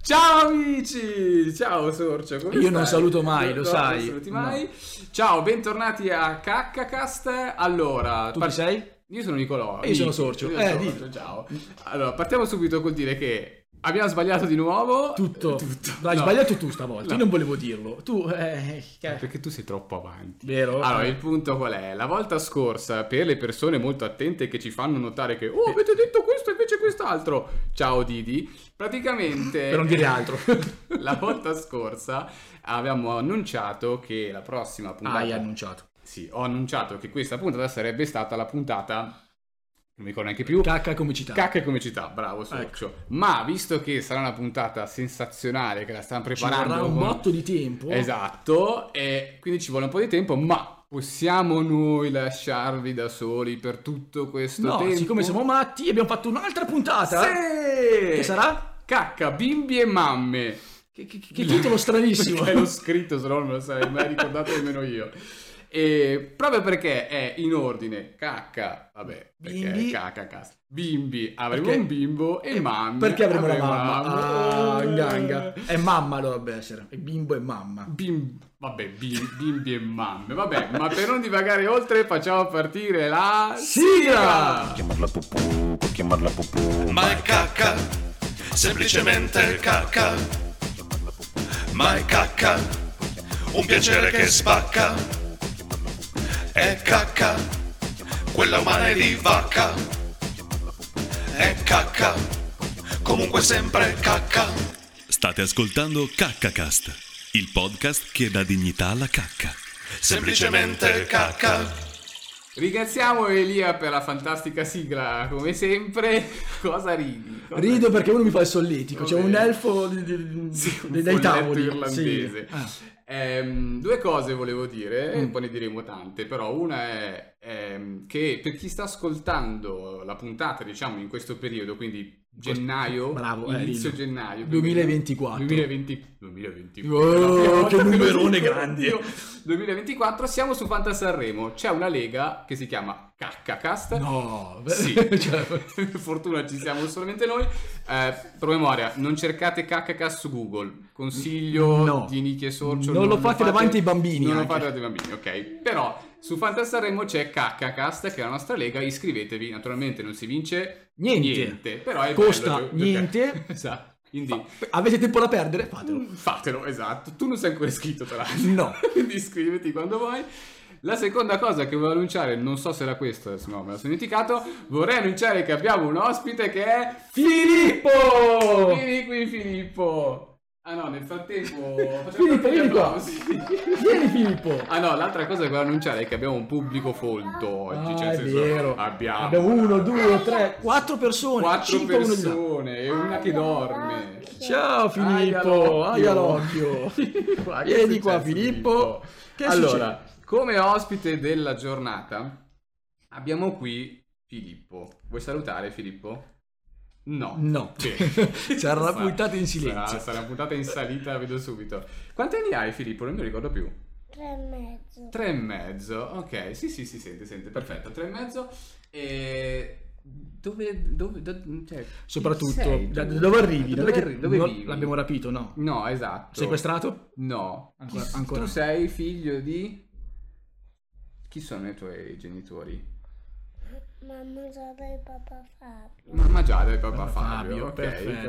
Ciao amici! Ciao Sorcio, come Io stai? non saluto mai, No, lo no, sai. Non saluti No. mai. Ciao, bentornati a Caccacast. Allora, Tu par- chi sei? io sono Nicolò. E io sono Nick. Sorcio. Io Eh, sono Sorcio, ciao. Allora, partiamo subito col dire che abbiamo sbagliato di nuovo. Tutto. Tutto. L'hai No, sbagliato tu stavolta, No. io non volevo dirlo. Tu, eh, che- Perché tu sei troppo avanti. Vero? Allora, il punto qual è? La volta scorsa, per le persone molto attente che ci fanno notare che oh, avete detto questo e invece quest'altro, ciao Didi, praticamente... Per non dire altro. La volta scorsa avevamo annunciato che la prossima puntata... Ah, Hai annunciato. Sì, ho annunciato che questa puntata sarebbe stata la puntata... Non mi ricordo neanche più. Cacca Ecco. comicità. Cacca e comicità, bravo Sorcio. Ma visto che sarà una puntata sensazionale che la stanno Ci vorrà preparando... un con- botto di tempo. Esatto, e quindi ci vuole un po' di tempo, ma possiamo noi lasciarvi da soli per tutto questo No, tempo? siccome siamo matti, abbiamo fatto un'altra puntata. Sì! Che sarà? Cacca, bimbi e mamme. Che, che- che titolo stranissimo. Perché l'ho scritto, se no non me lo sarei mai ricordato nemmeno io. E proprio perché è in ordine cacca, vabbè, perché Bimbi. cacca, cazzo. Bimbi, avremo Perché- Eh, un bimbo e mamme. Perché avremo la mamma? mamma. Ah, in ganga. È mamma allora dovrebbe essere. Il bimbo è mamma. Bim- vabbè, bim- bimbi e mamme, vabbè, ma per non divagare oltre facciamo partire la Sigla! chiamarla pupù, può chiamarla pupù, ma è cacca, semplicemente cacca, ma è cacca, un piacere che spacca, è cacca, quella umana è di vacca, è cacca, comunque sempre cacca. State ascoltando Caccacast, il podcast che dà dignità alla cacca. Semplicemente cacca. Ringraziamo Elia per la fantastica sigla, come sempre. Cosa ridi? Cosa- Rido perché uno mi fa il solletico. C'è un Vabbè. elfo di- di- di- Sì, un dei- dai folletto tavoli. irlandese. Sì. Ah. Ehm, due cose volevo dire, Mm. poi ne diremo tante, però una è ehm, che per chi sta ascoltando la puntata, diciamo, in questo periodo, quindi gennaio, Bravo, eh, inizio dillo. gennaio 2024. 2020, 2024. Oh, La prima volta che lo numerone dico grande. io. 2024 siamo su Fanta Sanremo, c'è una lega che si chiama Caccacast. No, Sì. cioè, per fortuna ci siamo solamente noi. Eh, promemoria, non cercate caccacast su Google. Consiglio No. di Nick e Sorcio. Non lo fate davanti ai bambini Non lo anche. fate davanti ai bambini, ok. Però su Fantasarremo c'è caccacast, che è la nostra lega. Iscrivetevi, naturalmente non si vince Niente. però è Costa bello gio- niente. esatto. Quindi avete tempo da perdere? Fatelo. Mm. fatelo, esatto. Tu non sei ancora iscritto, peraltro. No. Quindi iscriviti quando vuoi. La seconda cosa che volevo annunciare, non so se era questa, se no me la sono dimenticato, vorrei annunciare che abbiamo un ospite che è Filippo! Vieni qui Filippo! Ah no, nel frattempo... facciamo Filippo, tanti vieni qua. applausi. Vieni Filippo. Ah no, l'altra cosa che volevo annunciare è che abbiamo un pubblico folto oggi, Ah, cioè nel è senso, vero. abbiamo, uno, due, tre, quattro persone. quattro cinque, uno di là. persone e una che dorme. Ciao Filippo, aia l'occhio. Qua, che è Vieni successo, qua Filippo. Che allora, come ospite della giornata abbiamo qui Filippo. Vuoi salutare Filippo? No. succede? No. Sì. C'era la Sarà- puntata in Sarà, silenzio. sarà puntata in salita, la vedo subito. Quanti anni hai Filippo? Non mi ricordo più. Tre e mezzo. Tre e mezzo, ok, sì sì si sente, sente, perfetto, tre e mezzo e... Dove, dove, da- cioè, chi Soprattutto, sei da- tu? da dove arrivi? Dove, Non è che- arri- dove non vivi? L'abbiamo rapito, no? No, esatto. Sequestrato? No. Ancora- Chi- ancora Tu no. sei figlio di... Chi sono i tuoi genitori? Mamma Giada e papà Fabio. Mamma Giada e papà Papà Fabio, Fabio, ok, perfetto.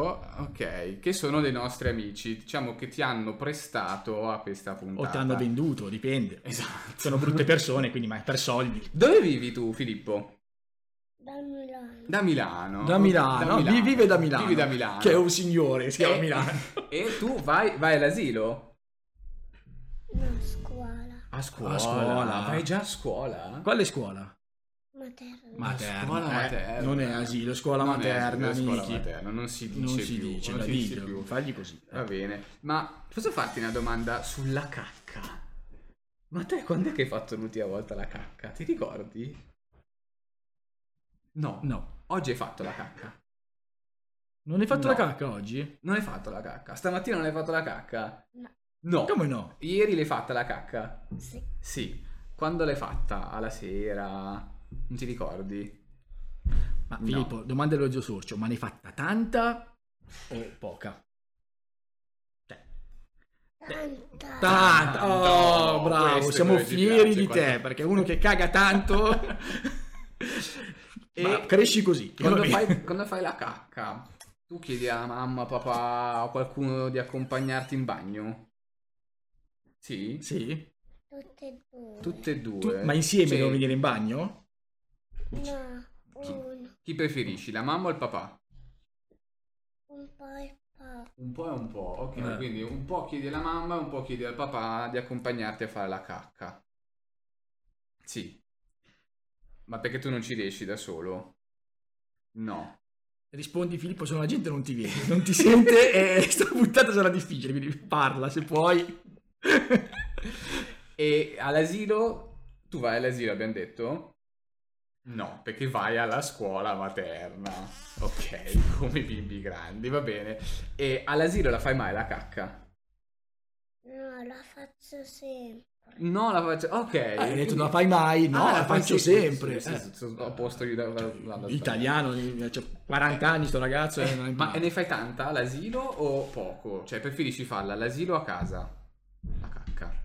perfetto. ok, che sono dei nostri amici, diciamo che ti hanno prestato a questa O puntata. ti hanno venduto, dipende. Esatto. Sono brutte persone, quindi ma è per soldi. Dove vivi tu, Filippo? Da Milano. Da Milano. Da Milano, Da no? Vi- vive da Milano. Vivi da Milano. Che è un signore, si chiama Eh. Milano. E tu vai, vai all'asilo? No, scuola. A scuola. A scuola. Vai già a scuola? Quale scuola? Materna. Materna. Scuola eh, materna. non è asilo, è scuola Non è asilo, materna, è scuola amici. materna, non si dice Non si più, dice, non la si dice dico, più. Ah, fagli così. Va bene, ma posso farti una domanda sulla cacca? Ma te quando è che hai fatto l'ultima volta la cacca? Ti ricordi? No, No. oggi hai fatto la cacca. Non hai fatto No. la cacca oggi? Non hai fatto la cacca. Stamattina non hai fatto la cacca? No. No. Come no? Ieri l'hai fatta la cacca? Sì. Sì. Quando l'hai fatta? Alla sera? Non ti ricordi? Ma No. Filippo, domanda allo zio Sorcio, ma ne hai fatta tanta Eh, poca. Tanta. Tanto, oh, No, bravo, questo siamo non ci fieri piace, di quando- te perché uno che caga tanto e Ma- cresci così. Quando Va bene. fai, quando fai la cacca, tu chiedi a mamma, papà o qualcuno di accompagnarti in bagno? Sì? Sì. Tutte e due. Tutte e due. Tu- ma insieme Cioè, devono venire in bagno? No, uno. Chi preferisci, la mamma o il papà? Un po' e poi. Un po' e un po', ok. Eh. Quindi un po' chiedi alla mamma e un po' chiedi al papà di accompagnarti a fare la cacca. Sì. Ma perché tu non ci riesci da solo? No. Rispondi Filippo, se no la gente non ti vede, non ti sente e sta puntata sarà difficile, quindi parla se puoi. E all'asilo? Tu vai all'asilo, abbiamo detto? No, perché vai alla scuola materna. Ok, come i bimbi grandi, va bene. E all'asilo la fai mai la cacca? No, la faccio sempre. No, la faccio... Ok. Ah, hai detto non la fai mai? No, Eh, Ah, la fai faccio sempre, sempre. sì, sì, Eh. sì, sono a posto io da- da- da- da- Italiano, c'ho 40 anni sto ragazzo e non è Eh, Ma ne fai tanta all'asilo o poco? Cioè, preferisci farla all'asilo o a casa? La cacca.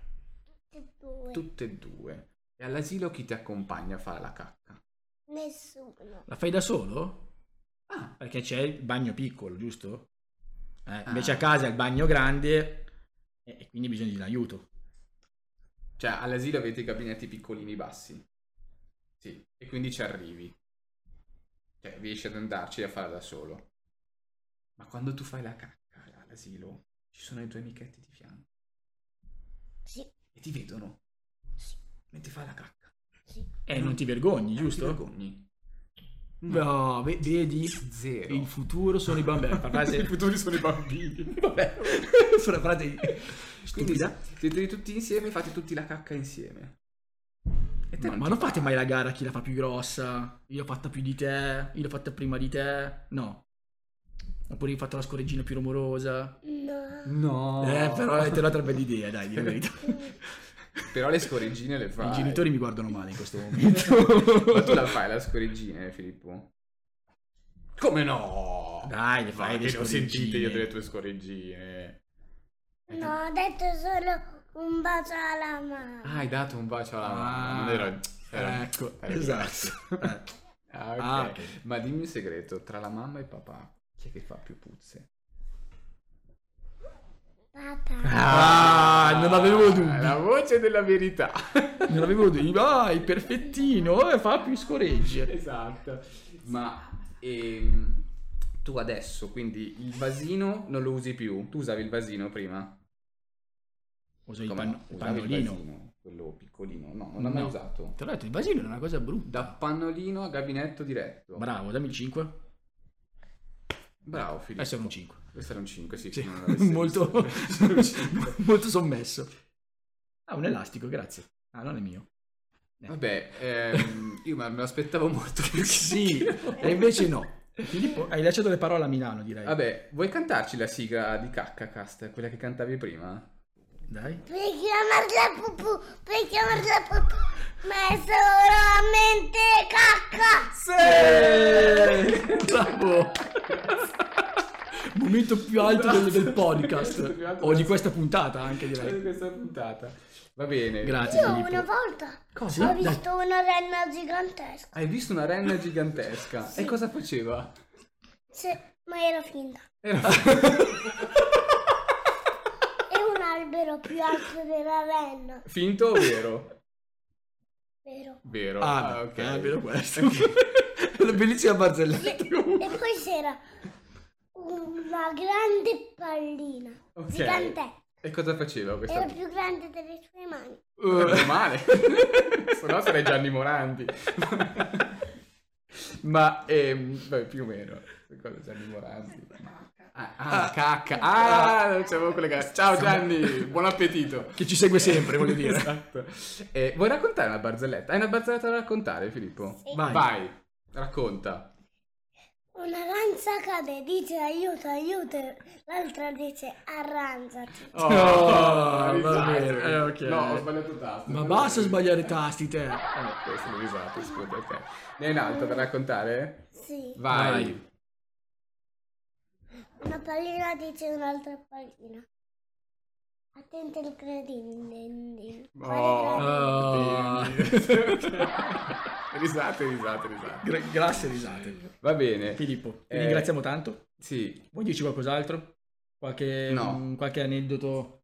Tutte e due. Tutte e due. E all'asilo chi ti accompagna a fare la cacca? Nessuno. La fai da solo? Ah, Perché c'è il bagno piccolo, giusto? Eh, Invece Ah. a casa è il bagno grande e e quindi bisogna di un aiuto. cioè all'asilo avete i gabinetti piccolini bassi. Sì, e quindi ci arrivi. Cioè, riesci ad andarci a fare da solo. Ma quando tu fai la cacca all'asilo, ci sono i tuoi amichetti di fianco Sì, e ti vedono sì, mentre fai la cacca. sì. E non ti vergogni, Eh, Ti giusto? vergogni. No, ve- vedi? Zero. Il futuro sono i bambini. Fra I frase... futuri sono i bambini. Vabbè, fra frase Quindi stupida. siete tutti insieme, fate tutti la cacca insieme. E te No, ma ti non fa- fate mai la gara a chi la fa più grossa. Io l'ho fatta più di te, io l'ho fatta prima di te. No. Oppure hai fatto la scorreggina più rumorosa. No. No. Eh, però è una bella idea, dai, di la verità. Però le scoreggine le fai. I genitori mi guardano male in questo momento. Ma tu la fai la scoreggine, Filippo? Come no? Dai, le fai Ma le che le ho sentite scorreggine. io delle tue scorreggine. No, ho detto solo un bacio alla mamma. Ah, hai dato un bacio alla mamma. Ah, non era- era- ecco, era diverso. esatto. Eh. Ah, ok. Ah, ok. Ma dimmi un segreto, tra la mamma e il papà, chi è che fa più puzze? Papà. Ah, non avevo dubbi. La voce della verità. Non avevo dubbi. Vai, perfettino, eh, fa più scoregge. esatto. Ma ehm, tu adesso, quindi il vasino non lo usi più. Tu usavi il vasino prima? Uso il, Come pan- no? il Usavi il pannolino. vasino, quello piccolino. No, non l'ho mai No. usato. Te l'ho detto, il vasino è una cosa brutta. Da pannolino a gabinetto diretto. Bravo, dammi il 5. Bravo Filippo. Adesso è un 5. Questo era un 5, sì. Sì, se non l'avessi molto, visto. Era un cinque. molto sommesso. Ah, un elastico, grazie. Ah, non è mio. Eh. Vabbè, ehm, io me me l'aspettavo molto. Sì, e invece no. Filippo, hai lasciato le parole a Milano, direi. Vabbè, vuoi cantarci la sigla di Caccacast, quella che cantavi prima? Dai. Per chiamarla pupù, per chiamarla pupù, ma è solamente cacca. Bravo. Momento più alto del, del podcast. O di questa puntata anche, direi. questa puntata. Va bene. Grazie, Io una Filippo. volta Cosa? ho Dai. visto una renna gigantesca, Hai visto una renna gigantesca? E cosa faceva? Se- ma era finta. Era- È un albero più alto della renna, Finto o vero? vero? Vero. Ah, ok. è vero questo. È una bellissima barzelletta. comunque. E poi c'era una grande pallina, Ok. gigantesca, E cosa faceva questa? era più grande delle sue mani. Meno male. Se no sarei Gianni Morandi. Ma, ehm, beh, più o meno. Cosa Gianni Morandi. Ah, ah, cacca. Ah, non ci avevo collegato. Ciao Gianni, buon appetito. Che ci segue sempre, voglio dire. Esatto. Eh, vuoi raccontare una barzelletta? Hai una barzelletta da raccontare, Filippo? Sì. Vai. Vai, racconta. Una lancia cade, dice aiuto, aiuto, l'altra dice arrangiati. Oh, va risate. bene, eh, ok. No, ho sbagliato tasto. Ma basta sbagliare tasti, te. Ah, questo è risato, scusa, ok. Ne hai un'altra da raccontare? Sì. Vai. Vai. Una pallina dice un'altra pallina. Attento il credindendino. Oh, Ah. risate, risate, risate. Gra- grasse risate. Va bene. Filippo, ti Eh. ringraziamo tanto. Sì, Vuoi dirci qualcos'altro? Qualche, No. mm, qualche aneddoto?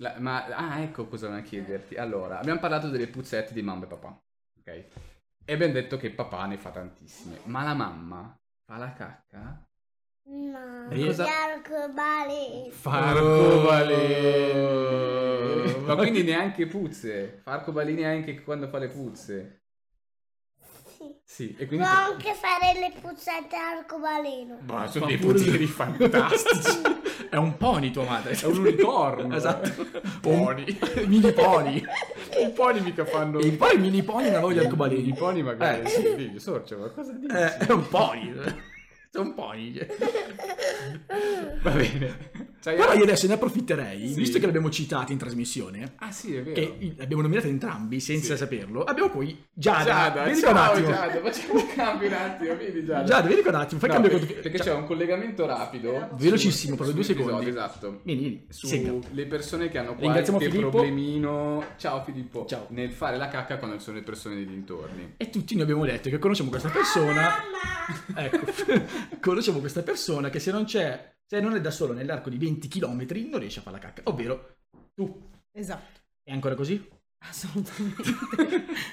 La- ma ah, ecco cosa volevo chiederti. Allora, abbiamo parlato delle puzzette di mamma e papà, ok? E abbiamo detto che papà ne fa tantissime, ma la mamma fa la cacca? No, E cosa- gli arcobaleni. Fa arcobaleni. Ma quindi neanche puzze, fa arcobaleni anche quando fa le puzze. Sì. Sì, e Può quindi anche fare le puzzette arcobaleno. Bah, Ah, sono Fa dei pure- puzzini fantastici. È un pony tua madre. È un unicorno. Esatto. Pony. Un- mini pony. I poni mica fanno E poi i mini pony non voglio arcobaleni. I poni magari Eh, sì, sì. figlio, sorcio, ma cosa dici? Eh, è un pony. È un pony. Va bene. Cioè, C'hai Però altro? io adesso ne approfitterei, Sì. visto che l'abbiamo citata in trasmissione, Ah sì, è che vero. i- l'abbiamo nominata entrambi senza Sì. saperlo, abbiamo poi Giada. Giada, Vieni ciao qua un attimo. Giada, facciamo un cambio un attimo, vieni Giada. Giada, vieni qua un attimo, fai No, cambio perché, con- perché c'è Giada, un collegamento rapido. Velocissimo, proprio due sugli secondi. episodi, Esatto. Vieni, vieni, segna. Sulle persone che hanno qualche Ringraziamo Filippo. problemino. Ciao Filippo. Ciao. Nel fare la cacca quando ci sono le persone dei dintorni. E tutti noi abbiamo detto che conosciamo questa persona. Mamma! Ecco, conosciamo questa persona che se non c'è, se non è da solo nell'arco di 20 km, non riesce a fare la cacca. Ovvero tu. Esatto, È ancora così? assolutamente.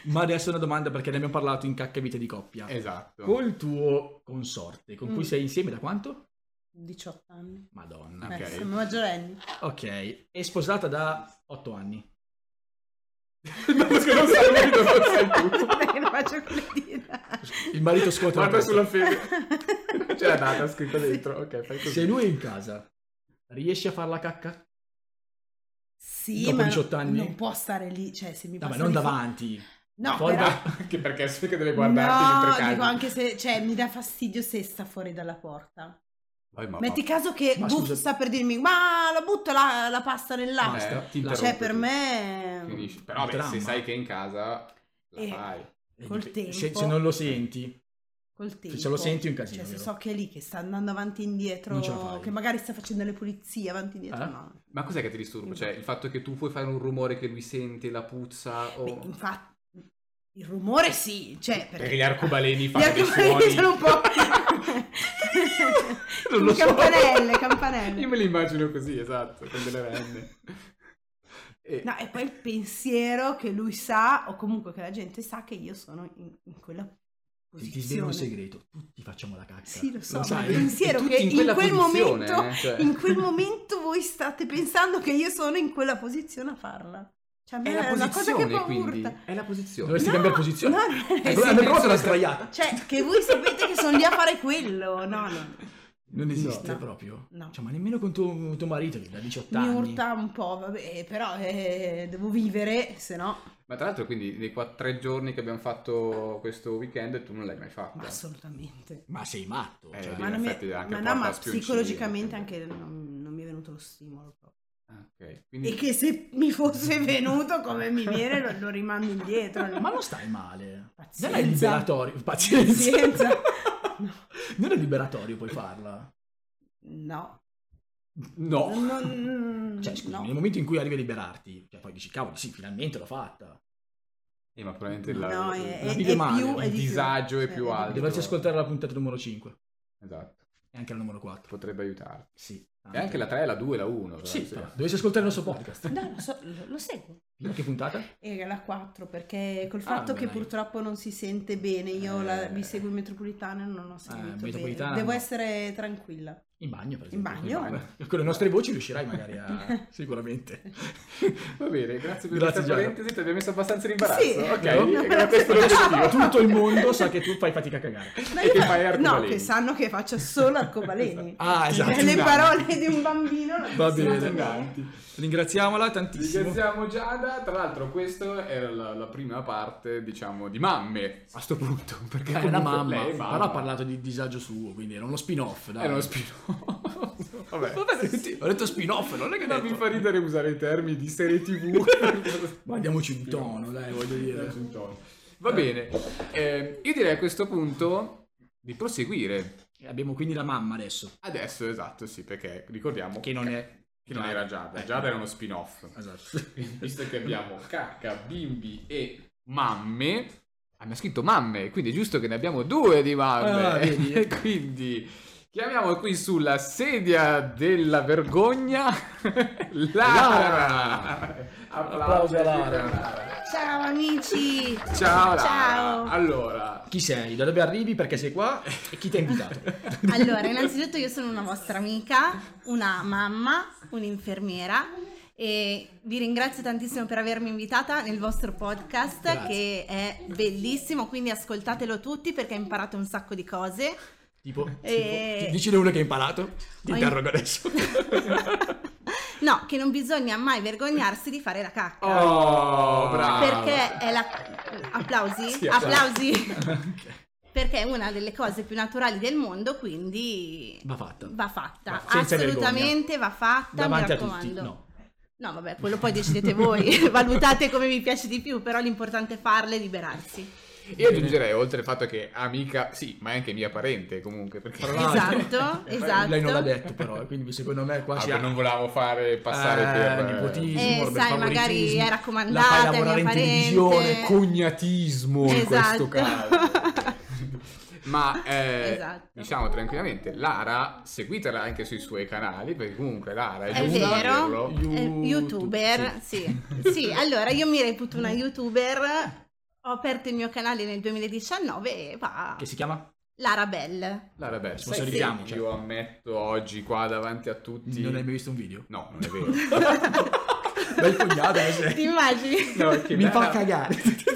Ma adesso una domanda perché ne abbiamo parlato in cacca e vite di coppia. Esatto. Col tuo consorte, con cui Mm. sei insieme da quanto? 18 anni. Madonna. Eh, Ok. siamo maggiorenni. Ok, è sposata da 8 anni. Perché non sapevi dove sei tu. Vabbè, non faccio quelle dita. Il marito scuote la Guarda testa. sulla fede. C'è la data scritta dentro. Ok, fai così. Se lui è in casa, riesce a fare la cacca? Sì, Dopo ma 18 anni? non può stare lì, cioè se mi No, ma passa non di fa- davanti. No, Fuori però... da- Anche perché so che deve no, guardarti dico mentre anche se, cioè, mi dà fastidio se sta fuori dalla porta. Poi, ma, Metti caso che Ma Buff scusa- sta per dirmi, ma la butto la, la pasta nel ma- latte. eh, ti Cioè, interrompo Cioè, per tu. me... Finisci. Però Un beh, se dramma. sai che è in casa, la Eh. fai. Eh, Col dipende. Se, tempo. se non lo senti, Col tempo. se Cioè, lo senti è un casino, Cioè, se vero? so che è lì, che sta andando avanti e indietro, Non ce la fai. che magari sta facendo le pulizie avanti e indietro, Eh? no. Ma cos'è che ti disturba? Cioè, il fatto che tu puoi fare un rumore che lui sente, la puzza Beh, o... infatti, il rumore sì, cioè... Perché, Perché gli arcobaleni Gli fanno dei arcobaleni suoni. sono un po'... Non lo so. Campanelle, campanelle. Io me li immagino così, esatto, con delle renne. E- No, e poi il pensiero che lui sa, o comunque che la gente sa che io sono in, in quella ti, posizione. ti svelo un segreto. Tutti facciamo la cacca. Sì, lo so, Lo ma sai? il pensiero Tutti che in in, quella quel posizione, momento, eh, cioè. in quel momento voi state pensando che io sono in quella posizione a farla. Cioè, a me È è, la una cosa che posizione, fa quindi. urta. È la posizione. Dovresti cambiare posizione. No, non è Ecco, l'abbiamo sì. provato, l'ha sbagliata. Cioè, che voi sapete che sono lì a fare quello. No, no. Non esiste No. proprio. No. Cioè, ma nemmeno con tuo, tuo marito che da 18 Mi anni. urta un po', vabbè, però eh, devo vivere, se no... Ma tra l'altro, quindi, nei quatt- tre giorni che abbiamo fatto questo weekend, tu non l'hai mai fatta. Ma assolutamente. Ma sei matto. Eh, cioè. lì ma, in non mi- effetti anche ma no, porta ma a spioncini, psicologicamente anche. anche non, non mi è venuto lo stimolo proprio. Ah, ok. E Quindi... che se mi fosse venuto come mi viene lo, lo rimando indietro. Ma non stai male. Pazienza. Non è liberatorio. Pazienza. Pazienza. No. Non è liberatorio puoi farla. No. No. Non- Oh. Cioè, scusami, no. nel momento in cui arrivi a liberarti, cioè, poi dici, cavolo, sì, finalmente l'ho fatta. Eh, ma probabilmente la- No, il, è, la è- vive è male, più, è cioè, il di più. disagio è Sì, più di alto. Dovresti ascoltare la puntata numero 5 Esatto. e anche la numero 4. Potrebbe aiutarti. Sì. Ah, E anche la 3, la 2, la cioè, 1. Sì, però dovresti ascoltare il nostro podcast. No, lo, so- lo- lo seguo. Fino a Che puntata? E la 4 perché col Ah, fatto beh, che dai. purtroppo non si sente bene, io la- Eh. vi seguo in metropolitana e non ho seguito Ah, metropolitana bene. Devo no. essere tranquilla. In bagno, per In esempio. bagno. bagno. Con le nostre voci riuscirai magari a... sicuramente. Va bene, grazie per Grazie, questa Giada. parentesi, ti abbiamo messo abbastanza in imbarazzo. Sì. Ok, No? era questo l'obiettivo. Tutto il mondo sa che tu fai fatica a cagare. No, E che io- fai arcobaleni. No, che sanno che faccio solo arcobaleni. Ah, esatto. Eh, Le parole di un bambino non Va si bene. sentono. Ringraziamola tantissimo. Ringraziamo Giada, tra l'altro questa era la, la prima parte, diciamo, di mamme a sto punto, perché È comunque una Eh, mamma, Eh, lei è mamma. però ha parlato di disagio suo, quindi era uno spin-off. Dai. È uno spin-off. Vabbè. Vabbè, sì, ho detto spin-off, non è che Non mi fa ridere usare i termini di serie tv. Ma diamoci un tono, dai, voglio dire. Sul Ehm, tono. Va bene, eh, io direi a questo punto di proseguire. E abbiamo quindi la mamma adesso, Adesso, esatto, sì, perché ricordiamo che non è... Eh. che non era Giada. Giada era uno spin-off. Esatto. Visto che abbiamo cacca, bimbi e mamme, abbiamo scritto mamme, quindi è giusto che ne abbiamo due di Ah, vedi? mamme. E quindi chiamiamo qui sulla sedia della vergogna Lara. Applauso a Lara. Lara. Ciao amici! Ciao Lara. Ciao. Allora, Chi sei? Da dove arrivi? Perché sei qua? E chi ti ha invitato? Allora, innanzitutto io sono una vostra amica, una mamma, un'infermiera e vi ringrazio tantissimo per avermi invitata nel vostro podcast Grazie. che è bellissimo, quindi ascoltatelo tutti perché imparate un sacco di cose. Tipo, Eh. tipo, dicine uno che hai imparato, ti Ho interrogo adesso. no, che non bisogna mai vergognarsi di fare la cacca. oh, bravo. Perché è la... Applausi? Sì, applausi. applausi. Perché è una delle cose più naturali del mondo, quindi Va fatta. va fatta. Va- senza Assolutamente va fatta, Davanti mi a tutti. raccomando. No. No, vabbè, quello poi decidete voi, valutate come vi piace di più, però l'importante è farle e liberarsi. Io aggiungerei oltre il fatto che amica, sì, ma è anche mia parente comunque, perché Tra l'altro- Esatto, Eh, esatto. Lei non l'ha detto però, eh, quindi secondo me qua Ah, ci perché ha- non volevamo fare passare Eh, per eh, nepotismo, Eh, per sai, magari favoritismo, è la fai raccomandata, è lavorare mia in televisione, parente. cognatismo in Esatto. questo caso. Ma eh, Esatto. diciamo tranquillamente, Lara, seguitela anche sui suoi canali, perché comunque Lara è, È giusto vero, dirlo. eh, YouTube, youtuber, sì. Sì, allora io mi reputo una youtuber, ho aperto il mio canale nel 2019 e va Che si chiama? Lara Bell. Lara, beh, sai Sponsorizzamo, che cioè. io ammetto oggi qua davanti a tutti... Non hai mai visto un video? No, non è vero. Bel eh, pugnato che Ti sei. immagini? No, che Mi fa Lara- cagare.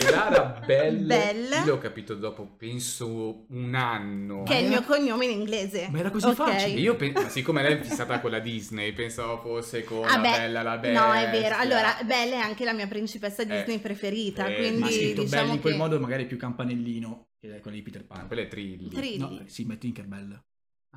Lara Bell, Bell. io l'ho capito dopo, penso, un anno. Che è il mio cognome in inglese. Ma era così Ok. facile? E Io pen- ma siccome lei è fissata con la Disney, pensavo fosse con Ah, la beh, bella la bella. No, è vero. Allora, Bella è anche la mia principessa Disney Eh, preferita, eh, quindi Ma scritto diciamo belli in che... quel modo magari più campanellino che è quello di Peter Pan. Ah, quella è Trilli. Trilli. No, eh, sì, metti in che bella.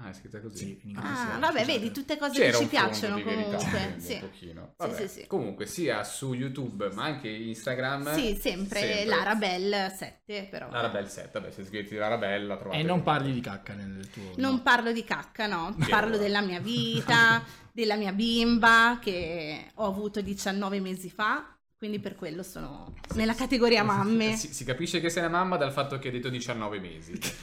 Ah, è scritta così. Sì, in inglese. Ah, sì, vabbè, scusate. vedi, tutte cose C'era che un ci fondo piacciono di verità, eh, comunque. quindi, sì. un pochino. Sì, Vabbè. sì, sì. Comunque sia su YouTube, ma anche Instagram. Sì, sempre, Lara Bell 7, però. Lara Bell 7, vabbè, se scrivete Lara Bella trovate. E non parli di cacca nel tuo... Non no. parlo di cacca, no, parlo allora. della mia vita, della mia bimba che ho avuto 19 mesi fa, quindi per quello sono nella categoria mamme. Si, si capisce che sei una mamma dal fatto che hai detto 19 mesi. Perché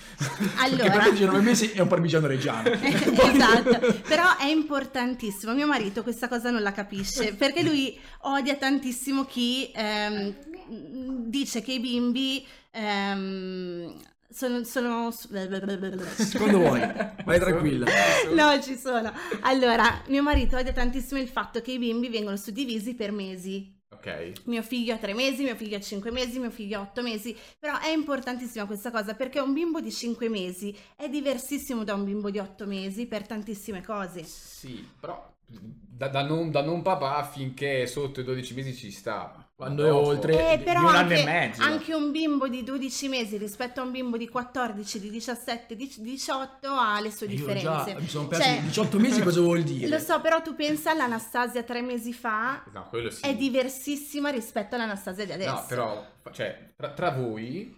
Allora, per 19 mesi è un parmigiano reggiano. esatto, però è importantissimo. Mio marito questa cosa non la capisce perché lui odia tantissimo chi ehm, dice che i bimbi ehm, sono, sono... Quando vuoi, vai tranquilla. No, ci sono. Allora, mio marito odia tantissimo il fatto che i bimbi vengono suddivisi per mesi. Ok. Mio figlio ha tre mesi, mio figlio ha cinque mesi, mio figlio ha otto mesi. Però è importantissima questa cosa perché un bimbo di cinque mesi è diversissimo da un bimbo di otto mesi per tantissime cose. Sì, però da, da non, da non papà finché è sotto i 12 mesi ci sta. Quando Ma è dopo- oltre- Eh, Eh, però di un anno anche, e mezzo. anche un bimbo di 12 mesi rispetto a un bimbo di 14, di 17, di 18 ha le sue Io già differenze. mi sono perso Cioè, 18 mesi cosa vuol dire? Lo so, però tu pensa all'Anastasia tre mesi fa No, quello sì. è diversissima rispetto all'Anastasia di adesso. No, però, cioè, tra, tra voi,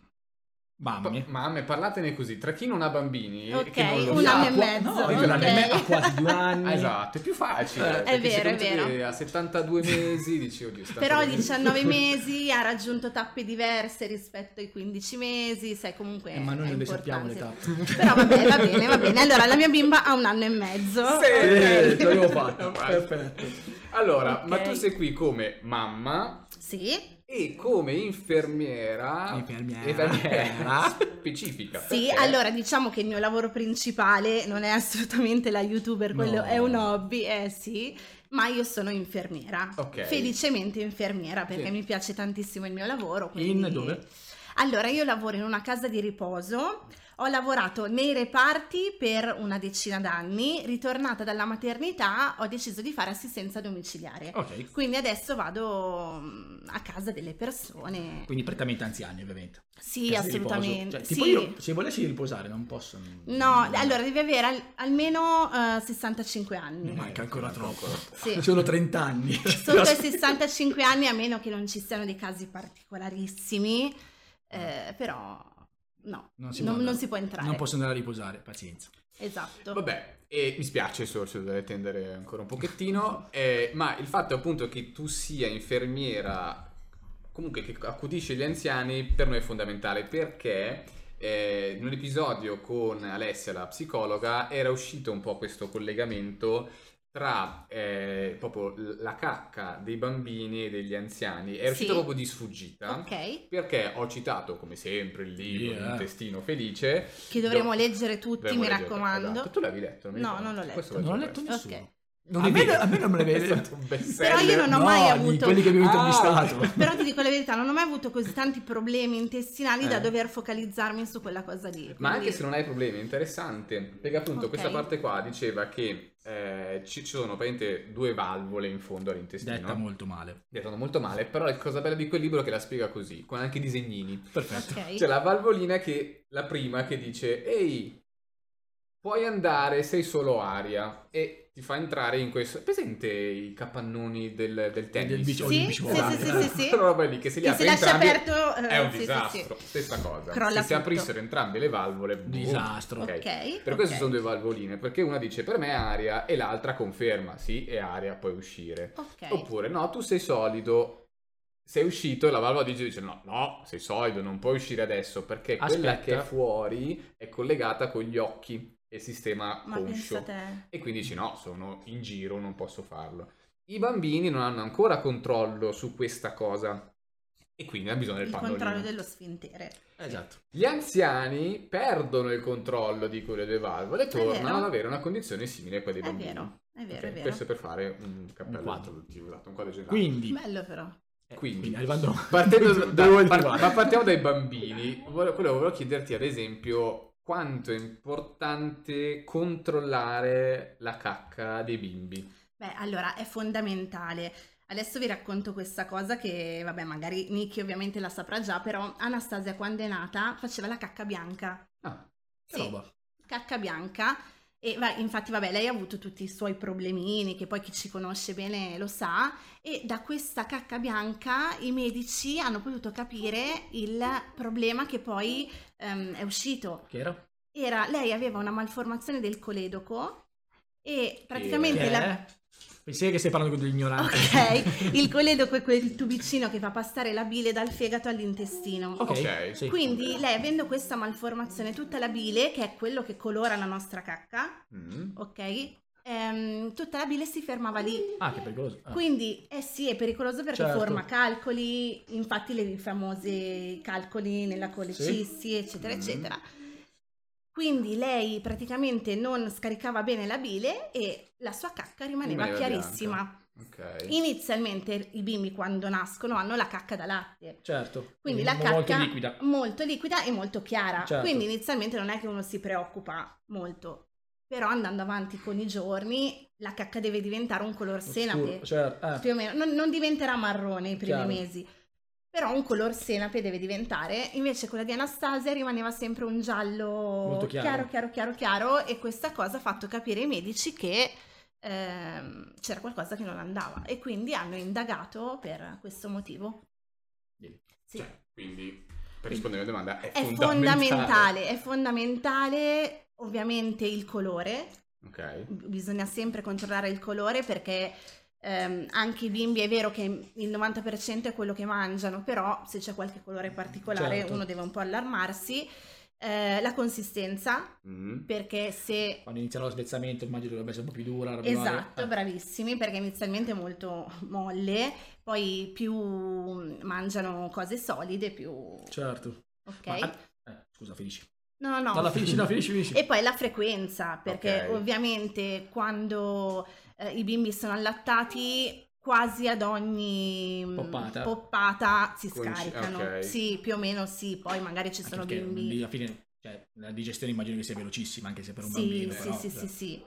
Mamme. pa- mamme, parlatene così, tra chi non ha bambini e Ok, chi non lo un sa, anno e può- mezzo. No, io un anno e ok. mezzo, ha quasi due anni. Ah, Esatto, è più facile. Eh, perché vero, secondo è te vero. A 72 mesi dici, oddio, Però 72 a mesi. 19 mesi ha raggiunto tappe diverse rispetto ai 15 mesi, sai comunque... Eh, ma noi è non le sappiamo le importante. tappe. Però vabbè, va bene, va bene. Allora, la mia bimba ha un anno e mezzo. Eh, ce l'avevo Lo fatta. faccio. Perfetto. Allora, Ok. ma tu sei qui come mamma Sì, e come infermiera... Infermiera. Infermiera specifica. Sì, perché- allora diciamo che il mio lavoro principale non è assolutamente la youtuber, quello No. è un hobby, eh sì, ma io sono infermiera. Ok. Felicemente infermiera perché Sì. mi piace tantissimo il mio lavoro. In quindi- dove? Allora, io lavoro in una casa di riposo, ho lavorato nei reparti per una decina d'anni, ritornata dalla maternità ho deciso di fare assistenza domiciliare. Ok. Quindi adesso vado mm, a casa delle persone. Quindi prettamente anziani, ovviamente. Sì, Case di riposo. assolutamente. Cioè, tipo sì. io, se volessi riposare, non posso. non- No, non- allora devi avere al- almeno eh, 65 Mi anni. manca ancora troppo. Sì. Sono 30 anni. Sotto i 65 anni, a meno che non ci siano dei casi particolarissimi, eh, però No, Non non si si, può non, andare. si può entrare. Non posso andare a riposare, pazienza. Esatto. Vabbè, e mi spiace Sorso, dovrei tendere ancora un pochettino, eh, ma il fatto appunto che tu sia infermiera, comunque che accudisce gli anziani, per noi è fondamentale perché eh, in un episodio con Alessia, la psicologa, era uscito un po' questo collegamento tra eh, proprio la cacca dei bambini e degli anziani, è uscito Sì. proprio di sfuggita. Ok, Perché ho citato come sempre il libro Yeah. L'intestino felice. che dovremmo Do- leggere tutti, Dovremmo mi leggere, raccomando. esatto. Tu l'avevi letto? mi No, ricordo. non l'ho letto. Questo Non ho l'ho letto letto. nessuno. Ok. Non A è me- vero- a me non me l'avete È stato un bestseller. Però io non ho No, mai di avuto- quelli che abbiamo Ah! intervistato. Però ti dico la verità, non ho mai avuto così tanti problemi intestinali da Eh. dover focalizzarmi su quella cosa lì. Ma quindi- anche se non hai problemi, è interessante. Perché appunto Ok. questa parte qua diceva che eh, ci ci sono praticamente due valvole in fondo Detta all'intestino. molto male. Detto molto male, però la cosa bella di quel libro è che la spiega così, con anche i disegnini. Perfetto. Ok. C'è Cioè, la valvolina che la prima che dice ehi puoi andare sei solo aria e ti fa entrare in questo presente i capannoni del, del tennis Del bici- o Sì, il sì, bicicletario. sì, sì, sì, sì. Quella roba lì che se li Che apri se lascia entrambi aperto, eh, è un sì, sì, disastro sì. stessa cosa Crolla se si tutto. aprissero entrambe le valvole boom. Disastro. Ok. Ok. per questo ok. sono due valvoline perché una dice per me è aria e l'altra conferma sì è aria puoi uscire Ok. Oppure no, tu sei solido, sei uscito e la valvola dice, dice no, no, sei solido, non puoi uscire adesso perché quella Aspetta. che è fuori è collegata con gli occhi e il sistema Ma pensa conscio. te. E quindi dici no, sono in giro, non posso farlo. I bambini non hanno ancora controllo su questa cosa e quindi hanno bisogno del Il pannolino. controllo dello sfintere. Esatto. Gli anziani perdono il controllo di quelle due valvole e tornano vero. ad avere una condizione simile a quella dei È bambini. vero, è vero, Ok, è vero. Questo per fare un cappello quadro. introduttivo, esatto, un quadro generale. Quindi, Bello però. eh, quindi- arrivando Partendo da- dove vuoi par- arrivare? ma partiamo dai bambini. Vole- Quello che volevo chiederti, ad esempio, quanto è importante controllare la cacca dei bimbi. Beh, allora è fondamentale. Adesso vi racconto questa cosa che, vabbè, magari Nicky ovviamente la saprà già, però Anastasia quando è nata faceva la cacca bianca. Ah, Che Sì, roba. cacca bianca. E va- infatti, vabbè, lei ha avuto tutti i suoi problemini, che poi chi ci conosce bene lo sa. E da questa cacca bianca i medici hanno potuto capire il problema che poi ehm, è uscito. Che era? Era, lei aveva una malformazione del coledoco e Che praticamente la, è? Pensai che stai parlando con degli ignoranti. Ok, il coledoco è quel tubicino che fa passare la bile dal fegato all'intestino. Ok. Ok. sì. Quindi lei avendo questa malformazione, tutta la bile, che è quello che colora la nostra cacca, Mm. ok? Ehm, tutta la bile si fermava lì. Ah, che pericoloso. Ah. Quindi, eh sì, è pericoloso perché Certo. forma calcoli, infatti le famose calcoli nella colecissi, eccetera, Mm. Mm-hmm. eccetera. Quindi lei praticamente non scaricava bene la bile e la sua cacca rimaneva Rimaneva chiarissima. Ok. Inizialmente i bimbi quando nascono hanno la cacca da latte, Certo. quindi la cacca Molto liquida. molto liquida e molto chiara, Certo. quindi inizialmente non è che uno si preoccupa molto, però andando avanti con i giorni la cacca deve diventare un color senape, Oscuro, certo. Ah, più o meno, non, non diventerà marrone i primi Chiaro. mesi, però un color senape deve diventare, invece quella di Anastasia rimaneva sempre un giallo Molto chiaro. chiaro, chiaro, chiaro, chiaro, e questa cosa ha fatto capire ai medici che ehm, c'era qualcosa che non andava e quindi hanno indagato per questo motivo. Bene. Sì. Cioè, quindi, per rispondere alla domanda, è, è fondamentale, è fondamentale ovviamente il colore, Ok. B- bisogna sempre controllare il colore perché ehm, anche i bimbi è vero che il 90% è quello che mangiano, però se c'è qualche colore particolare Certo. uno deve un po' allarmarsi. Eh, la consistenza, Mm. perché se... Quando inizierà lo svezzamento immagino dovrebbe essere un po' più dura. Ah, roba varia. Esatto, bravissimi, perché inizialmente è molto molle, poi più mangiano cose solide, più... Ah, certo. Ok? Ma- eh, scusa, finisci. No, no, No, la finisci, no, finisci, finisci. E poi la frequenza, perché Ok. ovviamente quando eh, i bimbi sono allattati quasi ad ogni mm, Poppata. poppata si Conci- scaricano. ok. Sì, più o meno sì, poi magari ci Anche sono perché un bimbi. alla fine, cioè, la digestione immagino che sia velocissima, anche se per un sì, bambino. sì, però, sì, cioè, sì, sì.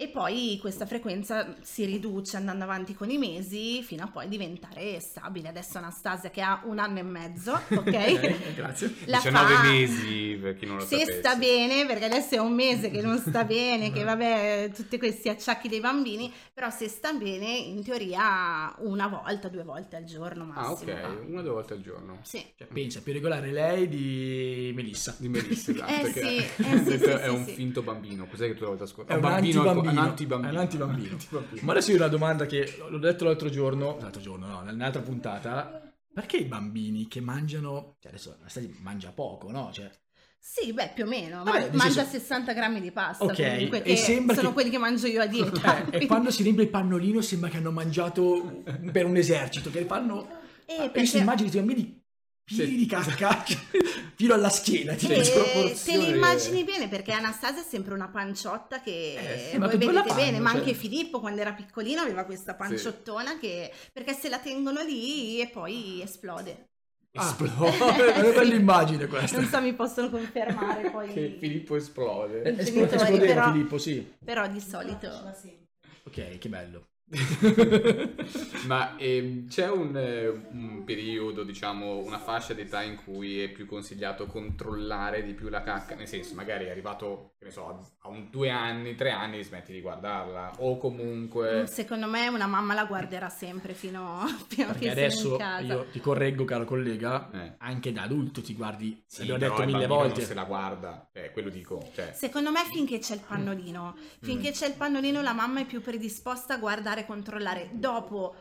E poi questa frequenza si riduce andando avanti con i mesi fino a poi diventare stabile. Adesso Anastasia che ha un anno e mezzo, ok? Grazie. La 19 fa- mesi, per chi non lo Se sapesse. sta bene, perché adesso è un mese che non sta bene, Eh. che vabbè, tutti questi acciacchi dei bambini, però se sta bene, in teoria una volta, due volte al giorno Ah, ok, massimo. va. una o due volte al giorno. Sì. Cioè, pensa, è più regolare lei di Melissa. Di Melissa, esatto, Eh che sì, eh ho sì, detto sì, è sì, un sì. finto bambino. Cos'è che tu l'hai ascoltato? È un antibambino. Un antibambino. È un antibambino. antibambino. Ma adesso io ho una domanda che l'ho detto l'altro giorno, l'altro giorno no, nell'altra puntata, perché i bambini che mangiano, cioè adesso Anastasia mangia poco, no? Cioè, Sì, beh, più o meno. Vabbè, Ma- nel mangia senso- 60 grammi di pasta. Ok, comunque, e che sembra sono che- quelli che mangio io a cioè. dieta. eh, e quindi- quando si riempie il pannolino sembra che hanno mangiato per un esercito, che fanno... Eh, Io perché- si immagini i tuoi bambini pieni Sì. di cacca, fino alla schiena, ti Eh, dico. te disproporzione li che- immagini bene perché Anastasia è sempre una Eh, panciotta che sì, ma voi per quella vedete panna, bene, ma cioè. anche Filippo quando era piccolino aveva questa panciottona che perché se la tengono lì e poi esplode. Esplode, Ah. è una bella immagine questa. Non so, mi possono confermare poi. Che Filippo esplode. Eh, Esplo- genitori, Esplodeva però- Filippo, sì. Però di solito Ok, che bello. Ma ehm, c'è un, eh, un periodo, diciamo, una fascia d'età in cui è più consigliato controllare di più la cacca? Nel senso, magari è arrivato, che ne so, a- a un due anni, tre anni, smetti di guardarla. O Eh. comunque... secondo me una mamma la guarderà sempre fino, fino a Perché che sono in adesso casa. io ti correggo, caro collega, Eh. anche da adulto ti guardi, Sì, l'ho però detto il mille bambino volte. Non se la guarda, eh, quello dico. Cioè, Secondo me finché c'è il pannolino, Mm. finché c'è il pannolino la mamma è più predisposta a guardare e controllare. Dopo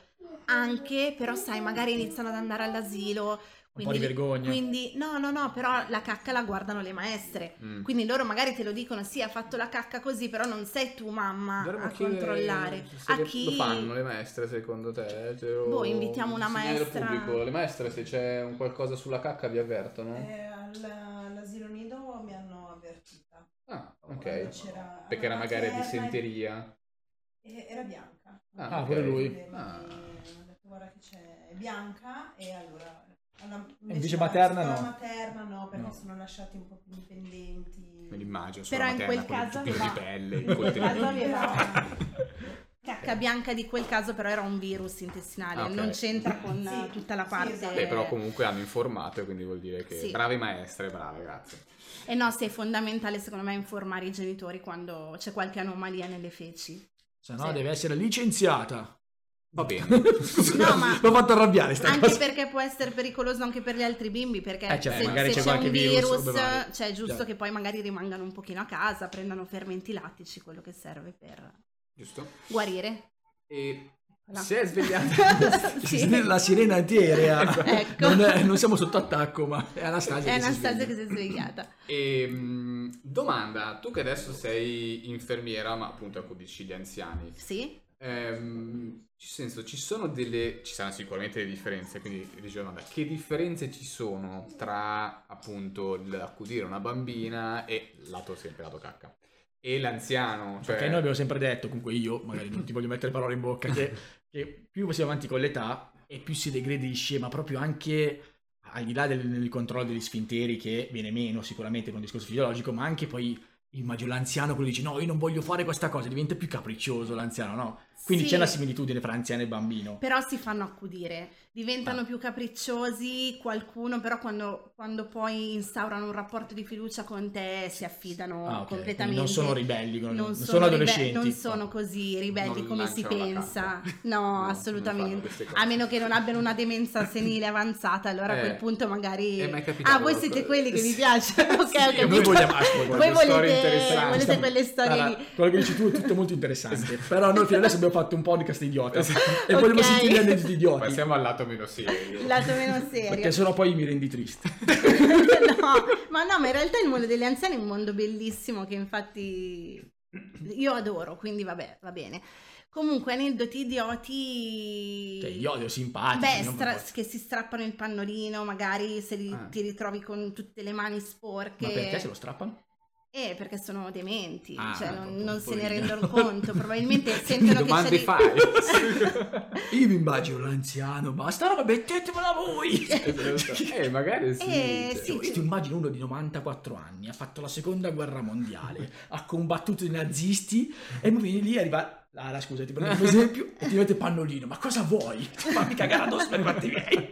anche, però sai, magari iniziano ad andare all'asilo. Un po' di vergogna. Quindi no, no, no, però la cacca la guardano le maestre. mm. Quindi loro magari te lo dicono, sì, ha fatto la cacca così, però non sei tu mamma Dovremmo a chiedere controllare. se A le- chi... Lo fanno le maestre secondo te? Cioè, o- Boh, invitiamo una segnale al maestra. Pubblico. Le maestre se c'è un qualcosa sulla cacca vi avvertono? Eh, al- all'asilo nido mi hanno avvertita. Ah, Quando ok. c'era- Perché era la magari materna dissenteria. e- Era bianca. Ah, Ah, pure ok. lui. Mi Ah. hanno detto guarda che c'è è bianca e allora... alla- invece alla materna scuola no. materna no, perché No. sono lasciati un po' più dipendenti. Me l'immagino, Però in quel caso di aveva- pelle, i quel coltelli. caso aveva- Ok. Cacca bianca di quel caso però era un virus intestinale, Ah, ok. non c'entra con eh, Sì, tutta la sì, parte... esatto. Beh, però comunque hanno informato e quindi vuol dire che Eh. Sì. brave maestre, brave grazie. E Eh, no, se è fondamentale secondo me informare i genitori quando c'è qualche anomalia nelle feci. Se no Sì. deve essere licenziata. Va bene. No, ma- L'ho fatto arrabbiare sta Anche cosa. perché può essere pericoloso anche per gli altri bimbi, perché Eh, cioè, certo, se, magari se c'è c'è, qualche un virus, virus, robe varie. cioè è giusto Certo. che poi magari rimangano un pochino a casa, prendano fermenti lattici, quello che serve per Giusto? guarire. E Là. si è svegliata. Sì. La sirena antiaerea. Ecco. non, è- non siamo sotto attacco, ma è Anastasia È che si Anastasia sveglia. che si è svegliata. E, mh, ehm, domanda, tu che adesso sei infermiera, ma appunto accudisci gli anziani, Sì? ehm, ci, senso, ci sono delle, ci saranno sicuramente delle differenze, quindi dicevo, domanda, che differenze ci sono tra appunto l'accudire una bambina e lato sempre lato cacca e l'anziano? Cioè, Perché noi abbiamo sempre detto, comunque io, magari non ti voglio mettere parole in bocca, che, che più si va avanti con l'età e più si degredisce, ma proprio anche al di là del, del controllo degli sfinteri che viene meno sicuramente con il discorso fisiologico, ma anche poi immagino l'anziano quello dice no io non voglio fare questa cosa, diventa più capriccioso l'anziano, no? Quindi Sì. c'è una similitudine fra anziano e bambino. Però si fanno accudire, diventano Ah. più capricciosi, qualcuno però quando, quando poi instaurano un rapporto di fiducia con te si affidano Ah, ok. Quindi completamente. Non sono ribelli, non, non, non sono, ribe- adolescenti. non sono così ribelli Non come si lanciano la pensa. carta. No, non fanno assolutamente. queste cose. A meno che non abbiano una demenza senile avanzata, allora a Eh. quel punto magari. Eh, ma è capitato ah, voi qualcosa. siete quelli che mi Sì. piacciono. ok, Sì, ok. e noi vogliamo- ascolta, voi queste storie volete, interessanti. volete quelle storie Allora, lì. quello che dici tu è tutto molto interessante. però noi fino adesso abamo fatto un podcast idiota. e vogliamo Ok. sentire gli aneddoti idioti. Passiamo al lato meno serio. Il lato meno serio. Perché sennò poi mi rendi triste. no, ma no, ma in realtà il mondo degli anziani è un mondo bellissimo che infatti io adoro, quindi vabbè, va bene. Comunque, aneddoti idioti. Cioè, gli odio simpatici. Beh, non stra- proprio. che si strappano il pannolino, magari se li- Ah. ti ritrovi con tutte le mani sporche. Ma perché se lo strappano? Eh, perché sono dementi, Ah, cioè non, proprio, non se ne poverino. rendono conto, probabilmente Che sentono che c'è domande di- fai? Io mi immagino l'anziano, ma sta roba mettetemela voi! eh, magari sì. Eh, cioè. sì. Io ti immagino uno di 94 anni, ha fatto la seconda guerra mondiale, ha combattuto i nazisti e mi vieni lì e arriva... Ah, la scusa, ti prendo un esempio e ti mette pannolino, ma cosa vuoi? Fammi cagare addosso per fatti miei!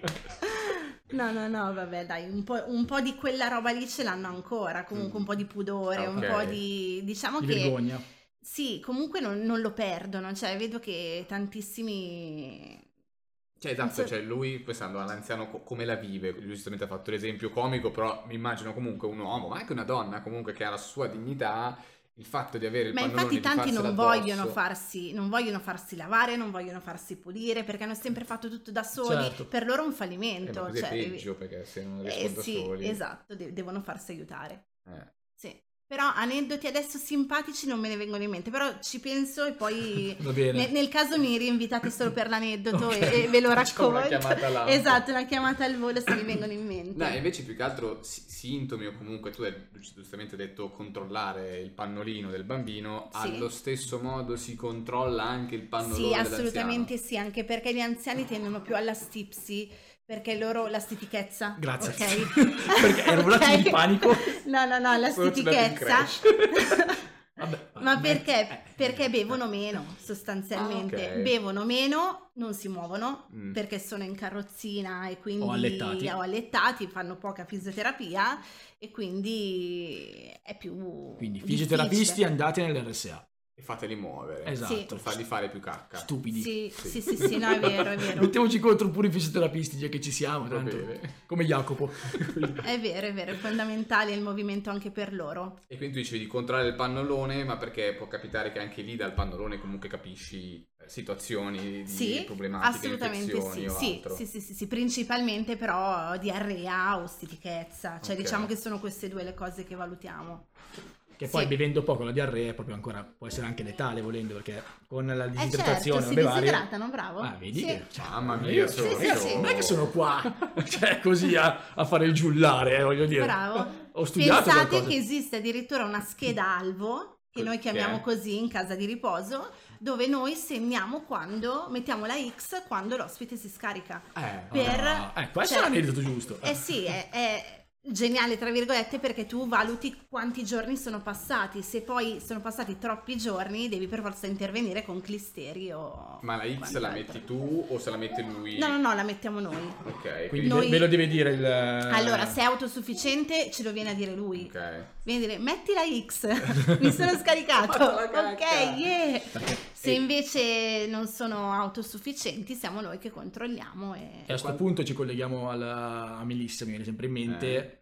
No, no, no, vabbè, dai, un po', un po' di quella roba lì ce l'hanno ancora, comunque un po' di pudore, Ah, un ok. po' di... diciamo Di che... vergogna. Sì, comunque non, non lo perdono, cioè vedo che tantissimi... Cioè, esatto, Sì. cioè lui, pensando all'anziano co- come la vive, lui giustamente ha fatto l'esempio comico, però mi immagino comunque un uomo, ma anche una donna comunque che ha la sua dignità, il fatto di avere il Ma pannolone infatti di tanti farsela non addosso. vogliono, farsi, non vogliono farsi lavare, non vogliono farsi pulire, perché hanno sempre fatto tutto da soli, Certo. per loro è un Eh, ma fallimento. così cioè, è peggio, perché se non riesco eh, da sì, soli... esatto, de- devono farsi aiutare. eh. Sì. Però aneddoti adesso simpatici non me ne vengono in mente, però ci penso e poi Va bene. ne- nel caso mi riinvitate solo per l'aneddoto Ok. e, e ve lo Facciamo una racconto. chiamata là. Esatto, una chiamata al volo se mi vengono in mente. No, invece più che altro si- sintomi o comunque tu hai giustamente detto controllare il pannolino del bambino, Sì. allo stesso modo si controlla anche il pannolone Sì, dell'anziano. assolutamente sì, anche perché gli anziani tendono più alla stipsi, perché loro la stitichezza. Grazie. ok? Perché ero un attimo di Ok? panico. No, no, no, la Sono tornato in stitichezza. crash. Vabbè, Ma eh, perché? eh, Perché bevono meno, sostanzialmente. Ah, ok. Bevono meno, non si muovono Mm. perché sono in carrozzina e quindi O allettati. o allettati, fanno poca fisioterapia e quindi è più Quindi difficile. fisioterapisti andate nell'RSA. E fateli muovere. Esatto. Per fargli fare più cacca. Stupidi. Sì, Sì. sì, sì, sì, no, è vero, è vero. Mettiamoci contro pure i fisioterapisti, già che ci siamo, Va tanto. bene. Come Jacopo. È vero, è vero, è fondamentale il movimento anche per loro. E quindi tu dicevi di controllare il pannolone, ma perché può capitare che anche lì dal pannolone comunque capisci eh, situazioni di Sì, problematiche, assolutamente infezioni sì. o Sì, altro. sì, sì, sì, sì, principalmente però diarrea o stitichezza, cioè Ok. diciamo che sono queste due le cose che valutiamo. Che poi Sì. bevendo poco la diarrea è proprio ancora, può essere anche letale volendo, perché con la Eh disidratazione, certo, la si bevaria- disidratano, bravo. Ah, vedi? Sì. che- cioè, Mamma mia, io sono- sono, sì, io sì. non è che sono qua, cioè così a, a fare il giullare, eh, voglio dire. Bravo. Ho studiato Pensate qualcosa. che esiste addirittura una scheda alvo, che noi chiamiamo Ok. così in casa di riposo, dove noi segniamo quando, mettiamo la X quando l'ospite si scarica. Eh, Per... Ah, eh, questo è l'aneddoto giusto. Eh sì, è, è geniale, tra virgolette, perché tu valuti quanti giorni sono passati. Se poi sono passati troppi giorni, devi per forza intervenire con clisteri o... ma la X la quant'altro. metti tu o se la mette lui? No, no, no, la mettiamo noi. Ok, Quindi quindi... ve- Noi- ve lo deve dire il... Eh. Allora, se è autosufficiente, ce lo viene a dire lui. Ok. Vieni a dire, metti la X, mi sono scaricato. Ho fatto la Ok, cacca. yeah. Perché- Se invece non sono autosufficienti, siamo noi che controlliamo. E a E... questo punto ci colleghiamo alla, a Melissa, mi viene sempre in mente.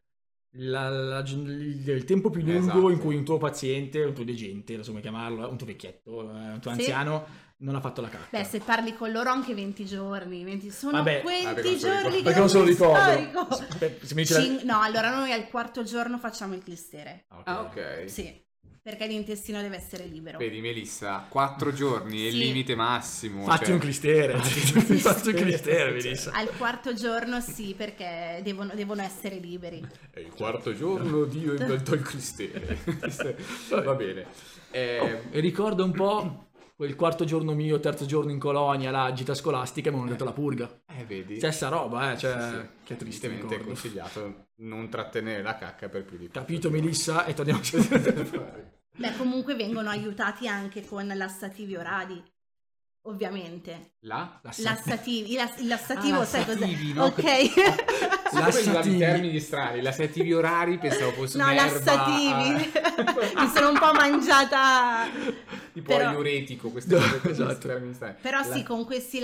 la- la- il, il tempo più lungo Eh. Esatto. in cui un tuo paziente, un tuo degente, non so come chiamarlo, un tuo vecchietto, eh, un tuo Sì. anziano, non ha fatto la cacca. Beh, se parli con loro anche 20 giorni, 20 sono Vabbè, 20 vabbè, non se lo giorni ricordo. che Perché non se lo ricordo. scarico. Beh, se mi dice la- Cin- No, allora noi al quarto giorno facciamo il clistere. Ah, ok. Ah, ok. Sì, perché l'intestino deve essere libero. Vedi Melissa, 4 giorni è il Sì. limite massimo. Fatti cioè- un clistere, fatti un clistere, Melissa. Al quarto giorno sì, perché devono, devono essere liberi. È il quarto giorno Dio inventò il cristere. Va bene. Eh, E ricordo un po' quel quarto giorno mio, terzo giorno in colonia, la gita scolastica, e mi hanno dato la purga. eh, vedi. Stessa roba, eh, cioè, Sì, sì. che triste Evidentemente è ricordo. consigliato non trattenere la cacca per più di quattro Capito giorni. Cioè, Melissa? E torniamo sempre. Beh, comunque vengono aiutati anche con lassativi orali, ovviamente. La? La Lassativi, il lass- il lassativo, Ah, sai cos'è? lassativi, no? Ok. Lassativi. Lassativi. termini strani, lassativi orari pensavo fosse No, un'erba lassativi. ah, Mi sono un po' mangiata. eh, tipo Però- aiuretico, questi, No, questi esatto. termini strani. Però La- sì, con questi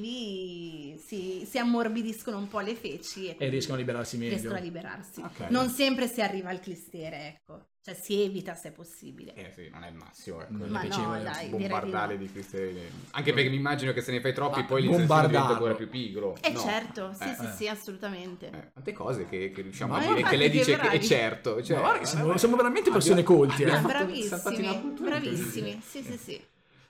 lassativi si, si ammorbidiscono un po' le feci e, e quindi riescono a liberarsi meglio. riescono a liberarsi. Ok. Non sempre si arriva al clistere, ecco. Cioè si evita se possibile. Eh sì, non è il massimo, ecco. Non è Ma piacevole no, dai, direi di bombardare no. di queste anche perché mi immagino che se ne fai troppi Ma poi l'insezione diventa bombardarlo. ancora più pigro Eh No. certo, sì, Eh, sì, eh. sì, assolutamente. eh, tante cose che, che riusciamo Ma a eh, dire che infatti, lei che dice che è bravi. certo cioè, Ma guarda che siamo, veramente- siamo veramente persone colti, eh. abbiamo- Bravissimi, saltati una cultura bravissimi, sì, sì, sì.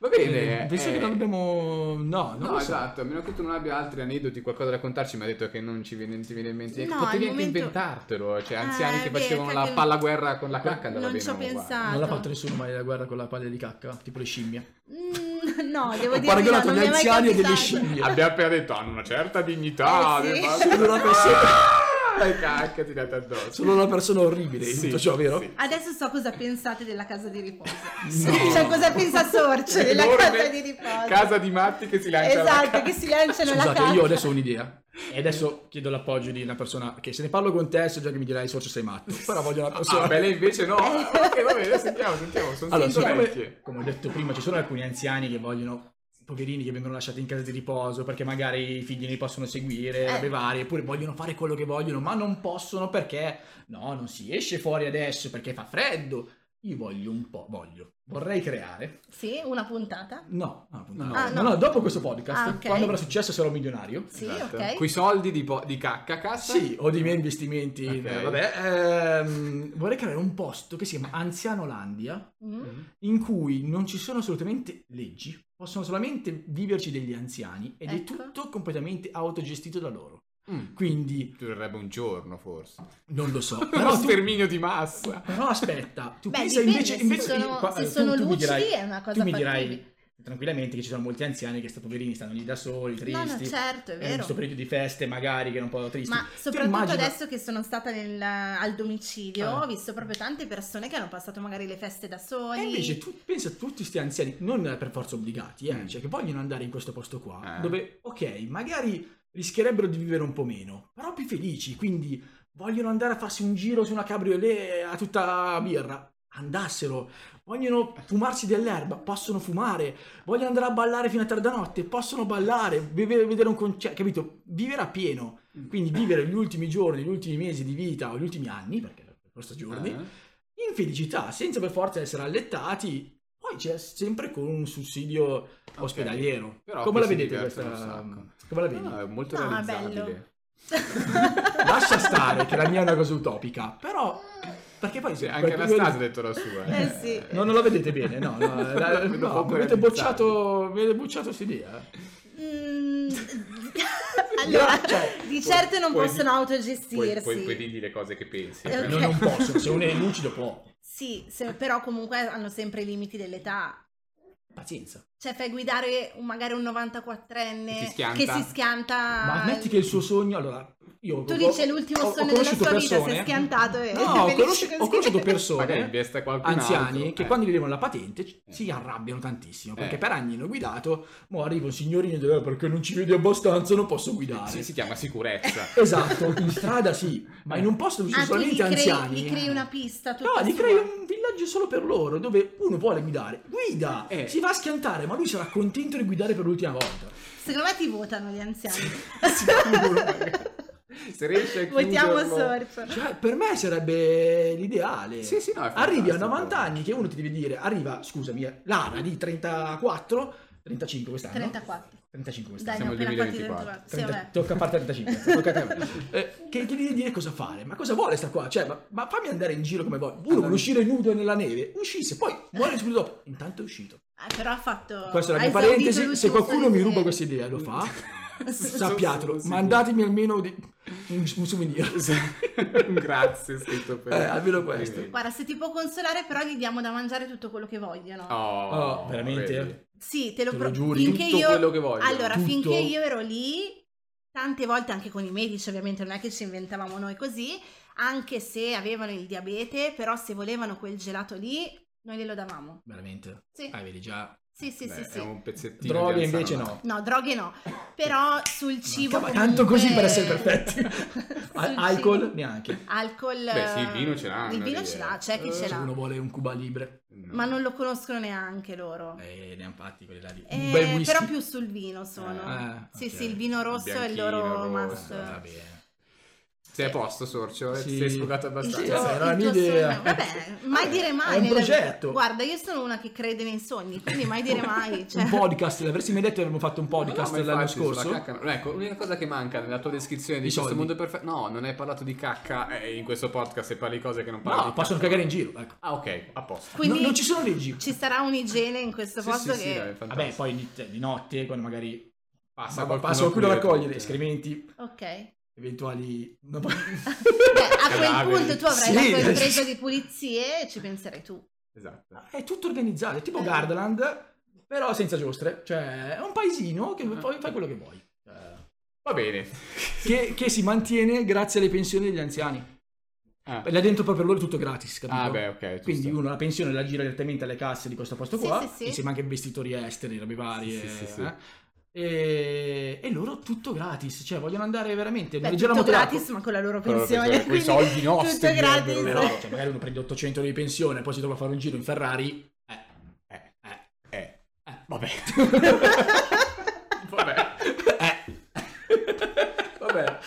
Va bene. Penso eh, che non abbiamo... No, non No, lo so. esatto, a meno che tu non abbia altri aneddoti, qualcosa da raccontarci, mi ha detto che non ci viene, ti viene in mente. No, Potevi anche al momento- inventartelo, cioè anziani Eh, che beh, facevano la cacchio- palla guerra con la cacca andava Non bene. ci ho uguale. pensato. Non l'ha fatto nessuno mai la guerra con la paglia di cacca, tipo le scimmie. Mm, no, devo Ho dire che no, paragonato non gli mi è mai anziani e delle capitato. scimmie. Abbiamo appena detto, hanno una certa dignità. Eh, sì. ma- Sono una persona, La cacca tirata addosso. sono una persona orribile in Sì, tutto ciò, vero? sì. Adesso so cosa pensate della casa di riposo. Cioè, cosa pensa Sorce della Enorme Cioè, casa di riposo? Casa di matti che si lancia la esatto, che si lanciano la Scusate, cacca. io adesso ho un'idea. E adesso chiedo l'appoggio di una persona che se ne parlo con te so già che mi dirai socio sei matto. Però voglio una persona... Ah, beh, lei invece no. ok, va bene, sentiamo, sentiamo. Sono Allora, tutte siccome, vecchie. come ho detto prima, ci sono alcuni anziani che vogliono poverini che vengono lasciati in casa di riposo perché magari i figli li possono seguire, Eh. robe varie, eppure vogliono fare quello che vogliono, ma non possono perché no, non si esce fuori adesso perché fa freddo. Io voglio un po', voglio, vorrei creare. Sì, una puntata. No, no, no, no, Ah, no. no, dopo questo podcast, Ah, ok. quando avrà successo sarò milionario. Sì, Esatto. ok. Coi soldi di, po- di cacca, cassa. Sì, ho dei miei investimenti, Ok. eh, vabbè, ehm, vorrei creare un posto che si chiama Anzianolandia, Mm. Mhm. in cui non ci sono assolutamente leggi, possono solamente viverci degli anziani ed è Ecco. tutto completamente autogestito da loro. Mm. Quindi Ci vorrebbe un giorno, forse. non lo so. Uno Però, tu- sterminio di massa. però aspetta, tu Beh, pensa dipende, invece, se invece sono- qua- eh, se sono mi lucidi dirai- è una cosa tu mi dirai fattibile. tranquillamente che ci sono molti anziani che stanno poverini, stanno lì da soli, No, tristi. Eh, no, certo, è È in vero. questo periodo di feste, magari che è un po' tristi. Ma Tu soprattutto immagina- adesso che sono stata nel- al domicilio, Ah. ho visto proprio tante persone che hanno passato magari le feste da E soli. invece tu pensa a tutti questi anziani, non per forza obbligati, eh, Mm. cioè che vogliono andare in questo posto qua, Eh. dove, ok, magari rischierebbero di vivere un po' meno, però più felici, quindi vogliono andare a farsi un giro su una cabriolet a tutta birra, andassero, vogliono fumarsi dell'erba, possono fumare, vogliono andare a ballare fino a tarda notte, possono ballare, beve- vedere un concerto, capito? Vivere a pieno, Mm. quindi vivere gli ultimi giorni, gli ultimi mesi di vita o gli ultimi anni, perché per forza Eh. giorni, in felicità, senza per forza essere allettati. Poi c'è sempre con un sussidio ospedaliero. Però come la qui si vedete divertono questa? un sacco. Come la vedi? No, Ah, è molto No, è realizzabile. bello. Lascia stare che la mia è una cosa utopica, però perché poi Sì, anche quel- Anastasia ha detto la sua. Eh sì. No, non lo vedete bene, no, no, la- Vedo no, poco mi avete realizzabile. bocciato, mi avete bocciato questa idea. eh. Mm. allora, Cioè, di certo non puoi- possono autogestirsi. Puoi, puoi, puoi dirgli le cose che pensi. Eh, però- Non, non posso, se uno è lucido può. Sì, se- però comunque hanno sempre i limiti dell'età. Pazienza. Cioè, fai guidare un- magari un Che 94enne si schianta. che si schianta. Ma ammetti che il suo sogno, allora, io Ah, Tu dici l'ultimo sogno della sua vita, si è schiantato e No, ho felice conosci- così. Ah, ho conosciuto Magari persone investa qualcun anziani altro. che Eh. quando gli levano la patente ci- si arrabbiano tantissimo perché Eh. per anni hanno guidato, mo arriva un signorino e dice "Eh, perché non ci vedi abbastanza non posso guidare. Sì, Eh. si chiama sicurezza. Esatto, in strada sì, ma in un posto dove ci Ah, sono tu gli solamente crei, anziani. eh. gli crei una pista tutta No, gli sua. crei un villaggio solo per loro dove uno vuole guidare, guida, Eh. si va a schiantare, ma lui sarà contento di guidare per l'ultima volta. Secondo me ti votano gli anziani. Se riesce a Votiamo chiuderlo- Sorce. Cioè, per me sarebbe l'ideale. Sì, sì, no, è Arrivi a fantastico. 90 anni che uno ti deve dire, arriva, scusami, eh, Lara di 34, 35 quest'anno. 34. 35 quest'anno. Dai, Siamo no, nel appena fatti dentro. 2024. Sì, vabbè. 30 tocca a parte 35. tocca a te. Eh, che che gli devi dire cosa fare? Ma cosa vuole sta qua? Cioè, ma, ma fammi andare in giro come vuoi. Uno vuole uscire nudo nella neve, uscisse, poi muore subito dopo. Intanto è uscito. Ah, però ha fatto. Questa è la ha mia esaudito parentesi. Se l'ultimo qualcuno mi sorriso. ruba questa idea, eh, lo fa. Sono Sappiatelo, sicuro. mandatemi almeno di- un, un souvenir. Un grazie scritto per... Eh, almeno questo. Guarda, se ti può consolare, però gli diamo da mangiare tutto quello che vogliono. Oh, Oh, veramente? vedi? Sì, te lo, Te lo pro- giuri? finché Tutto io... quello che vogliono. Allora, Tutto? finché io ero lì, tante volte anche con i medici, ovviamente non è che ci inventavamo noi così, anche se avevano il diabete, però se volevano quel gelato lì, noi glielo davamo. Veramente. Sì, Ah, vedi già. sì, sì, Beh, sì. sì. È un pezzettino Droghe di invece alzano. no. No, droghe no, però sul cibo... Ma tanto comunque- così per essere perfetti. Al- Sul alcol cibo- neanche. Alcol... Beh, sì, il vino ce l'ha. l'hanno, Il vino direi. ce l'ha, c'è chi Eh, ce Se l'ha. uno vuole un Cuba Libre. No. Ma non lo conoscono neanche loro. Eh, ne hanno fatti quelli là di. Eh, un bel whisky. però più sul vino sono. Eh, ah, sì, ok. sì, il vino rosso è il bianchino, rosso, loro must. Ah, va bene. Sei a posto, Sorcio? Eh, Sì. Cioè, Sei sfogato Sì, abbastanza. no. Io- era il tuo un'idea. sogno- Vabbè, mai dire mai. È un nella- progetto. Guarda, io sono una che crede nei sogni, quindi mai dire mai. Cioè... Un podcast, l'avresti mai detto che avremmo fatto un podcast No, no, ma l'anno infatti, scorso? sulla cacca no. Ecco, l'unica cosa che manca nella tua descrizione di, I questo soldi. mondo perfetto. No, non hai parlato di cacca eh, in questo podcast se parli di cose che non parli. No, di possono cacca. cagare in giro, ecco. Ah, ok, a posto. Quindi Non- non ci sono leggi. Ci sarà un'igiene in questo Sì, posto sì, sì, che... dai, fantastico. Vabbè, poi di, di notte, quando magari passa passa qualcuno, a raccogliere escrementi, ok. eventuali... no, Beh, a quel Cadaveri. punto tu avrai Sì. la tua impresa di pulizie e ci penserai tu. Esatto. è tutto organizzato, è Eh. tipo Gardaland, però senza giostre. Cioè, è un paesino che Ah. poi fai quello che vuoi. Cioè, Va bene. Che, che si mantiene grazie alle pensioni degli anziani. Ah, Là dentro poi per loro è tutto gratis, capito? Ah, beh, ok. giusto. Quindi uno la pensione la gira direttamente alle casse di questo posto Sì, qua, sì, sì. insieme anche a investitori esteri, robe varie. Sì, sì, sì, sì. eh. E, e loro tutto gratis, cioè vogliono andare veramente. Beh, noleggiare tutto la moto gratis, ma con la loro Con la loro pensione. pensione, coi quindi soldi nostri, Tutto gratis. direbbero, Però, cioè, magari uno prende 800 di pensione, poi si trova a fare un giro in Ferrari. Eh, eh, eh, eh, eh, vabbè. Vabbè. eh. Vabbè.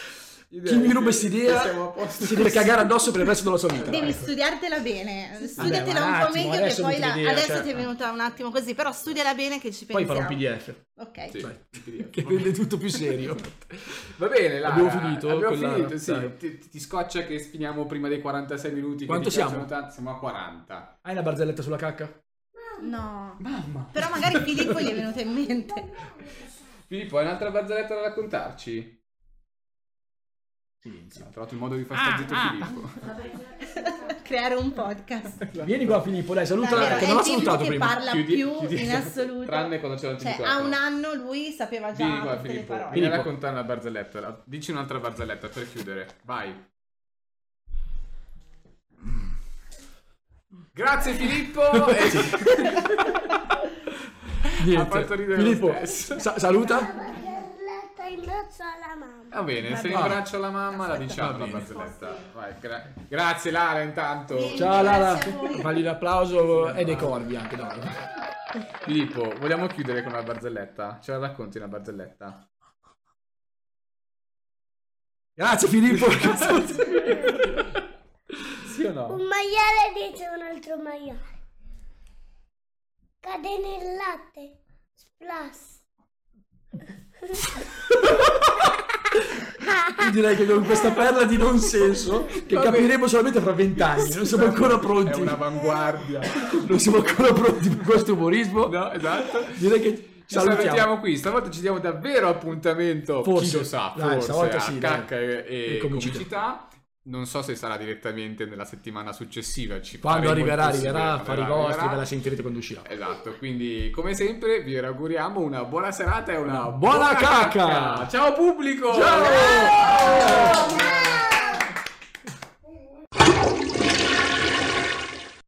Chi mi ruba questa Siamo a idea posto. si deve cagare addosso per il resto della sua vita. Devi Ecco. studiartela bene, Vabbè, studiatela ma un un po' attimo, meglio che adesso poi non la... ti dire, adesso cioè- ti è venuta un attimo così, però studiala bene che ci Ecco. Poi pensiamo. farò un PDF. Ok. Sì. Cioè, PDF. che rende tutto più serio. Va bene, Lara, Abbiamo finito Abbiamo con Lara? finito, sì. Dai. Ti, ti- ti scoccia che finiamo prima dei 46 minuti. Quanto che ti piacciono siamo? tanto. Siamo a 40. Hai una barzelletta sulla cacca? No. Mamma. Però magari Filippo gli è venuta in mente. Filippo, hai un'altra barzelletta da raccontarci? Ho trovato il modo di far Ah, stare zitto Filippo. Creare un podcast. Vieni qua Filippo, dai, saluta Davvero, che è non l'ha il Filippo salutato che prima. parla Chiudi- più chiudi- in assoluto. Tranne quando c'è la Cioè, 24. a un anno lui sapeva già Vieni qua tutte le Filippo, parole. vieni a Filippo. raccontare una barzelletta. La- Dici un'altra barzelletta per chiudere. Vai. Mm. Grazie Filippo. E- Niente. Ha fatto ridere lo Filippo, stesso. sa- saluta. Barzelletta in braccio alla mamma. Va bene, se Va bene. abbraccio la mamma la diciamo Va la bene. barzelletta. Vai, gra- grazie Lara intanto. Sì. Ciao Lara, Grazie a voi. fagli l'applauso e dei corvi anche dopo. Filippo, vogliamo chiudere con una barzelletta? Ce la racconti una barzelletta? Grazie Filippo. Sì o no? Un maiale dice a un altro maiale. Cade nel latte. Splash. Io direi che con questa perla di non senso che capiremo solamente fra vent'anni, non siamo ancora È pronti. un'avanguardia. Non siamo ancora pronti per questo umorismo. No, esatto. Direi che Ci salutiamo. salutiamo. qui, stavolta ci diamo davvero appuntamento, chi Forse. lo sa, Dai, forse stavolta a sì, dai. cacca e, e E comicità. comicità. Non so se sarà direttamente nella settimana successiva. Ci Quando faremo il arriverà, possibile, arriverà, fare i arriverà, vostri, arriverà. ve la sentirete quando uscirà. Esatto, quindi come sempre vi auguriamo una buona serata e una Buona cacca! Ciao pubblico! Ciao! Ciao!